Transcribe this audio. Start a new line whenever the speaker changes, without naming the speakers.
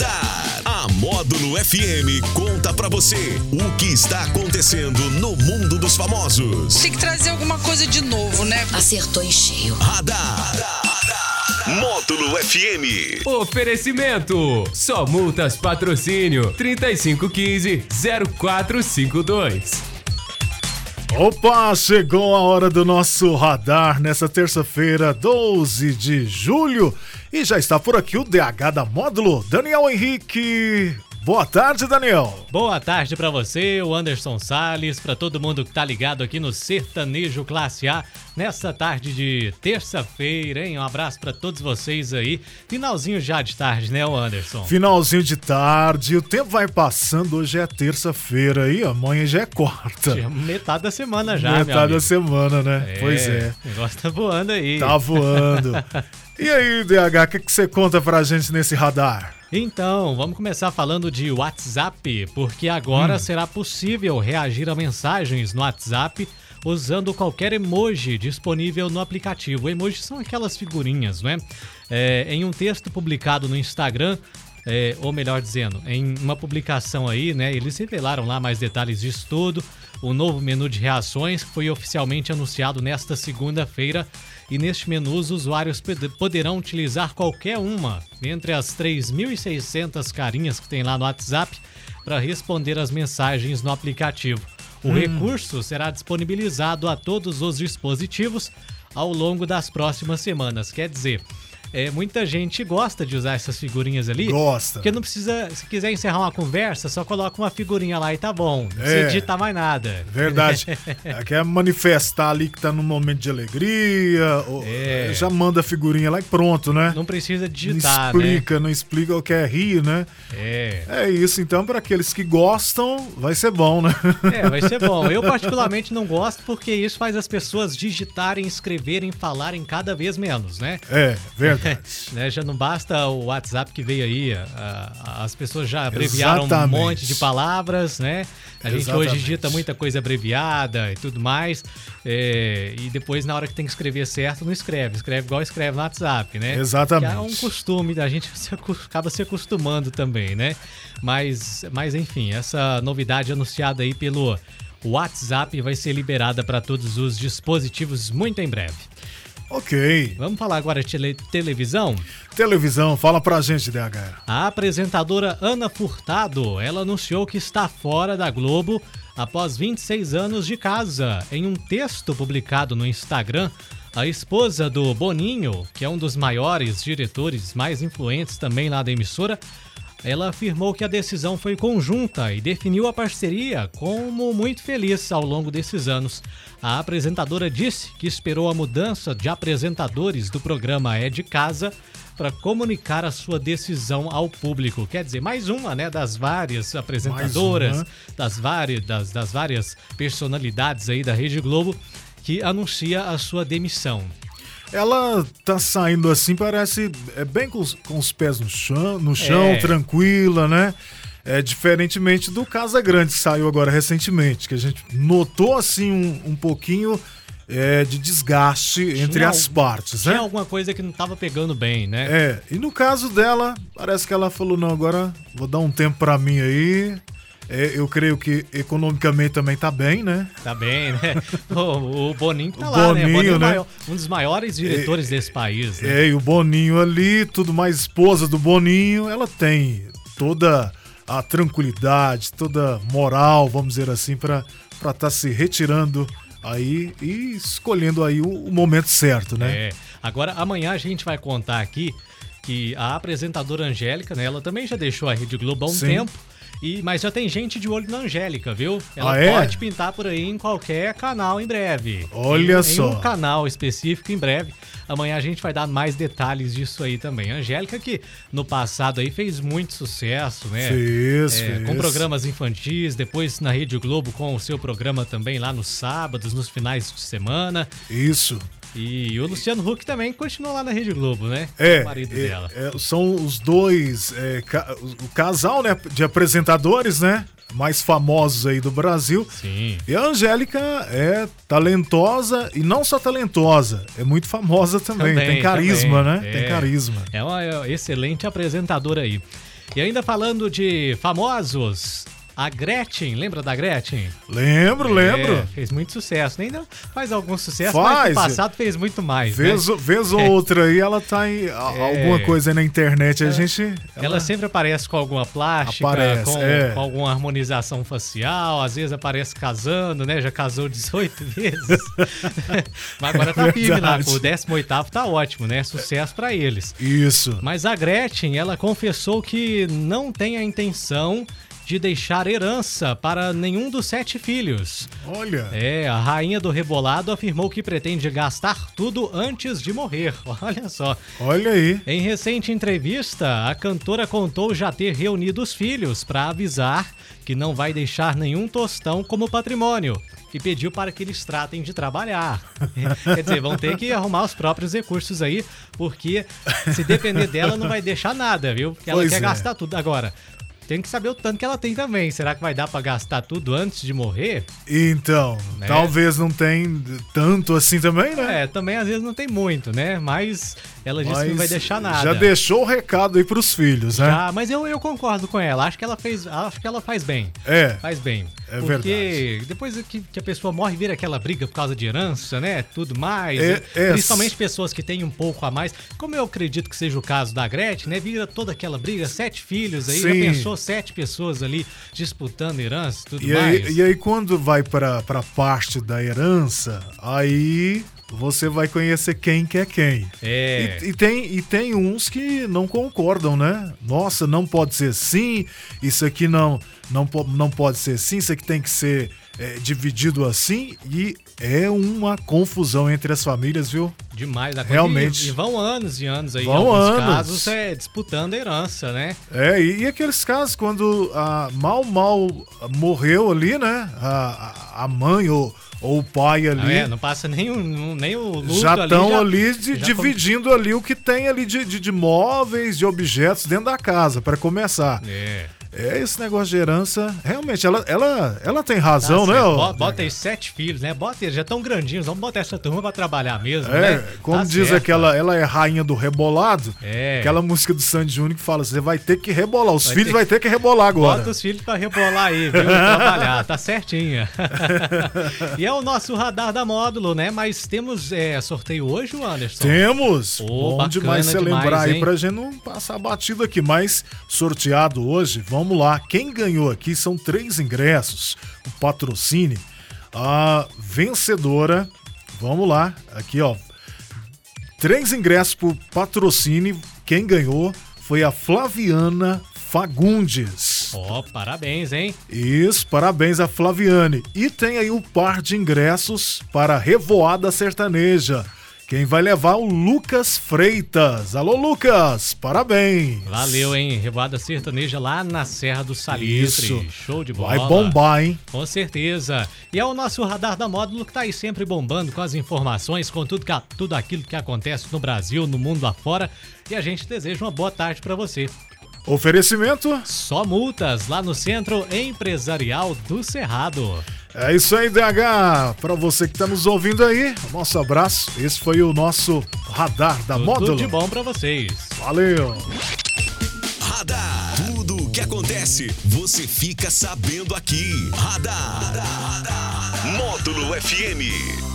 Radar. A Módulo FM conta pra você o que está acontecendo no mundo dos famosos.
Tem que trazer alguma coisa de novo, né?
Acertou em cheio.
Radar. Módulo FM.
Oferecimento: Só Multas Patrocínio 3515-0452.
Opa, chegou a hora do nosso radar nessa terça-feira, 12 de julho. E já está por aqui o DH da Módulo, Daniel Henrique. Boa tarde, Daniel.
Boa tarde pra você, o Anderson Sales, pra todo mundo que tá ligado aqui no Sertanejo Classe A nessa tarde de terça-feira, hein? Um abraço pra todos vocês aí. Finalzinho já de tarde, né, o Anderson?
Finalzinho de tarde, o tempo vai passando, hoje é terça-feira e amanhã já é quarta.
Já Metade da semana já, meu
Metade
amigo.
da semana, né? Pois é.
O negócio tá voando aí.
Tá voando. e aí, DH, o que, que você conta pra gente nesse radar?
Então, vamos começar falando de WhatsApp, porque agora será possível reagir a mensagens no WhatsApp usando qualquer emoji disponível no aplicativo. Emojis são aquelas figurinhas, né? É, em um texto publicado no Instagram, é, ou melhor dizendo, em uma publicação aí, né? Eles revelaram lá mais detalhes disso tudo. O novo menu de reações que foi oficialmente anunciado nesta segunda-feira. E neste menu, os usuários pede- poderão utilizar qualquer uma entre as 3.600 carinhas que tem lá no WhatsApp para responder as mensagens no aplicativo. O
Hum.
recurso será disponibilizado a todos os dispositivos ao longo das próximas semanas. Quer dizer, é, muita gente gosta de usar essas figurinhas ali.
Gosta.
Porque não precisa, se quiser encerrar uma conversa, só coloca uma figurinha lá e tá bom. Não precisa
É.
digitar mais nada.
Verdade. É, Quer manifestar ali que tá num momento de alegria, ou-
É.
já manda a figurinha lá e pronto, né?
Não precisa digitar,
Não
né?
explica, não explica o que é rir, né?
É.
É isso, então, para aqueles que gostam, vai ser bom, né?
É, vai ser bom. Eu particularmente não gosto porque isso faz as pessoas digitarem, escreverem, falarem cada vez menos, né?
É, verdade.
Né, Já não basta o WhatsApp que veio aí, a- a- as pessoas já abreviaram
Exatamente.
um monte de palavras, né? A gente
Exatamente.
hoje digita muita coisa abreviada e tudo mais, é, e depois na hora que tem que escrever certo, não escreve, escreve igual escreve no WhatsApp, né?
Exatamente.
Que é um costume, a gente se acu- acaba se acostumando também, né? Mas, mas enfim, essa novidade anunciada aí pelo WhatsApp vai ser liberada para todos os dispositivos muito em breve.
ok.
Vamos falar agora de tele- televisão?
Televisão, fala pra gente, DH.
A apresentadora Ana Furtado, ela anunciou que está fora da Globo após 26 anos de casa. Em um texto publicado no Instagram, a esposa do Boninho, que é um dos maiores diretores mais influentes também lá da emissora, ela afirmou que a decisão foi conjunta e definiu a parceria como muito feliz ao longo desses anos. A apresentadora disse que esperou a mudança de apresentadores do programa É de Casa para comunicar a sua decisão ao público. Quer dizer, mais uma, né, das várias apresentadoras,
uma.
das, várias, das, das várias personalidades aí da Rede Globo que anuncia a sua demissão.
Ela tá saindo assim, parece é bem com os, com os pés no chão, no chão
É.
tranquila, né? É diferentemente do Casa Grande, que saiu agora recentemente, que a gente notou assim um, um pouquinho é, de desgaste entre
Tinha
as
al-
partes, né?
Tinha alguma coisa que não estava pegando bem, né?
É, e no caso dela, parece que ela falou: não, agora vou dar um tempo pra mim aí. É, eu creio que economicamente também tá bem, né?
Tá bem, né? O, o Boninho que tá
O
lá, né?
Boninho,
Boninho é o
né?
maior- um dos maiores diretores desse país, né?
É, e o Boninho ali, tudo mais, esposa do Boninho, ela tem toda a tranquilidade, toda moral, vamos dizer assim, pra estar tá se retirando aí e escolhendo aí o, o momento certo, né?
É. Agora, amanhã a gente vai contar aqui que a apresentadora Angélica, né? Ela também já deixou a Rede Globo há um
Sim.
tempo. E, mas já tem gente de olho na Angélica, viu? Ela
Ah, é?
pode pintar por aí em qualquer canal em breve.
Olha
Em- em
só.
um canal específico em breve. Amanhã a gente vai dar mais detalhes disso aí também. A Angélica que no passado aí fez muito sucesso, né?
Fez,
É,
fez.
com programas infantis, depois na Rede Globo com o seu programa também lá nos sábados, nos finais de semana.
Isso.
E o Luciano Huck também continuou lá na Rede Globo, né?
É,
O marido
é,
dela.
é, são os dois, é, ca- o casal né, de apresentadores, né? Mais famosos aí do Brasil.
Sim.
E a Angélica é talentosa e não só talentosa, é muito famosa também.
Também,
tem carisma,
também,
né?
é.
Tem carisma.
É uma é uma excelente apresentadora aí. E ainda falando de famosos, a Gretchen, lembra da Gretchen?
Lembro,
É,
lembro.
fez muito sucesso, né? ainda faz algum sucesso, mas
Faz.
no passado fez muito mais. né?
Vez, vez ou outra aí, ela tá em a- alguma coisa aí na internet. A gente.
É. Ela, sempre aparece com alguma plástica,
Aparece,
com,
é.
com alguma harmonização facial, às vezes aparece casando, né? Já casou 18 vezes. Mas agora tá firme lá,
Verdade.
pô, o 18 tá ótimo, né? Sucesso pra eles.
Isso.
Mas a Gretchen, ela confessou que não tem a intenção de deixar herança para nenhum dos sete filhos.
Olha.
É, a rainha do rebolado afirmou que pretende gastar tudo antes de morrer. Olha só.
Olha aí.
Em recente entrevista, a cantora contou já ter reunido os filhos para avisar que não vai deixar nenhum tostão como patrimônio e pediu para que eles tratem de trabalhar. Quer dizer, vão ter que arrumar os próprios recursos aí, porque se depender dela não vai deixar nada, viu? Ela
Pois
quer
é.
gastar tudo agora. Tem que saber o tanto que ela tem também. Será que vai dar para gastar tudo antes de morrer?
Então,
Né?
talvez não tem tanto assim também, né?
É, também às vezes não tem muito, né? Mas ela disse que não vai
Mas
deixar nada.
Já deixou o recado aí pros filhos, né?
Já, Ah, mas eu, eu concordo com ela. Acho que ela fez. Acho que ela faz bem.
É.
Faz bem.
É
Porque depois que, que a pessoa morre, vira aquela briga por causa de herança, né? Tudo mais.
É,
né?
é.
Principalmente pessoas que têm um pouco a mais. Como eu acredito que seja o caso da Gretchen, né? Vira toda aquela briga, sete filhos aí. Já
Sim.
pensou sete pessoas ali disputando herança e tudo
E
mais?
aí, e aí, quando vai pra, pra parte da herança, aí você vai conhecer quem que é quem.
É.
E, e tem, e tem uns que não concordam, né? Nossa, não pode ser assim, isso aqui não, não, po- não pode ser assim, isso aqui tem que ser é, dividido assim. E é uma confusão entre as famílias, viu?
Demais da
Realmente.
E, e vão anos e anos aí, em
Vão
alguns
anos.
casos, é, disputando a herança, né?
É, e, e aqueles casos quando a mal, mal morreu ali, né? A, a- a mãe ou, ou o pai
Não
ali.
é? Não passa nem, o- nem o luto
já estão ali, de-
já come-
dividindo ali o que tem ali de, de, de móveis, de objetos dentro da casa, para começar.
É.
É, esse negócio de herança, realmente, ela, ela, ela tem razão,
Tá
né?
certo.
ô?
Bo- Bota aí sete filhos, né? Bota eles, já tão grandinhos, vamos botar essa turma pra trabalhar mesmo,
É,
né?
como
Tá
diz
certo.
aquela, ela é rainha do rebolado,
É.
aquela música do Sandy Júnior que fala, você vai ter que rebolar, os
Vai
filhos
ter-
vai ter que rebolar agora.
Bota os filhos pra rebolar aí, viu? Trabalhar, tá certinha. e é o nosso radar da módulo, né? Mas temos é, sorteio hoje, Anderson?
Temos!
Ô,
Bom
bacana
demais você
demais,
lembrar aí
hein?
pra gente não passar batido aqui, mas sorteado hoje, vamos lá. Quem ganhou aqui são três ingressos, o patrocínio. A vencedora, vamos lá, aqui ó. Três ingressos pro patrocínio. Quem ganhou foi a Flaviana Fagundes.
Ó, parabéns, hein?
Isso, parabéns a Flaviane. E tem aí um par de ingressos para a Revoada Sertaneja. Quem vai levar é o Lucas Freitas. Alô, Lucas, parabéns.
Valeu, hein? Revoada sertaneja lá na Serra do Salitre.
Isso.
Show de bola.
Vai bombar, hein?
Com certeza. E é o nosso radar da módulo que tá aí sempre bombando com as informações, com tudo, que, tudo aquilo que acontece no Brasil, no mundo afora. E a gente deseja uma boa tarde para você.
Oferecimento?
Só multas lá no Centro Empresarial do Cerrado.
É isso aí, DH. Para você que está nos ouvindo aí, nosso abraço. Esse foi o nosso radar da
Tudo de
Módulo.
bom para vocês.
Valeu.
Radar. Tudo o que acontece, você fica sabendo aqui. Radar. Módulo FM.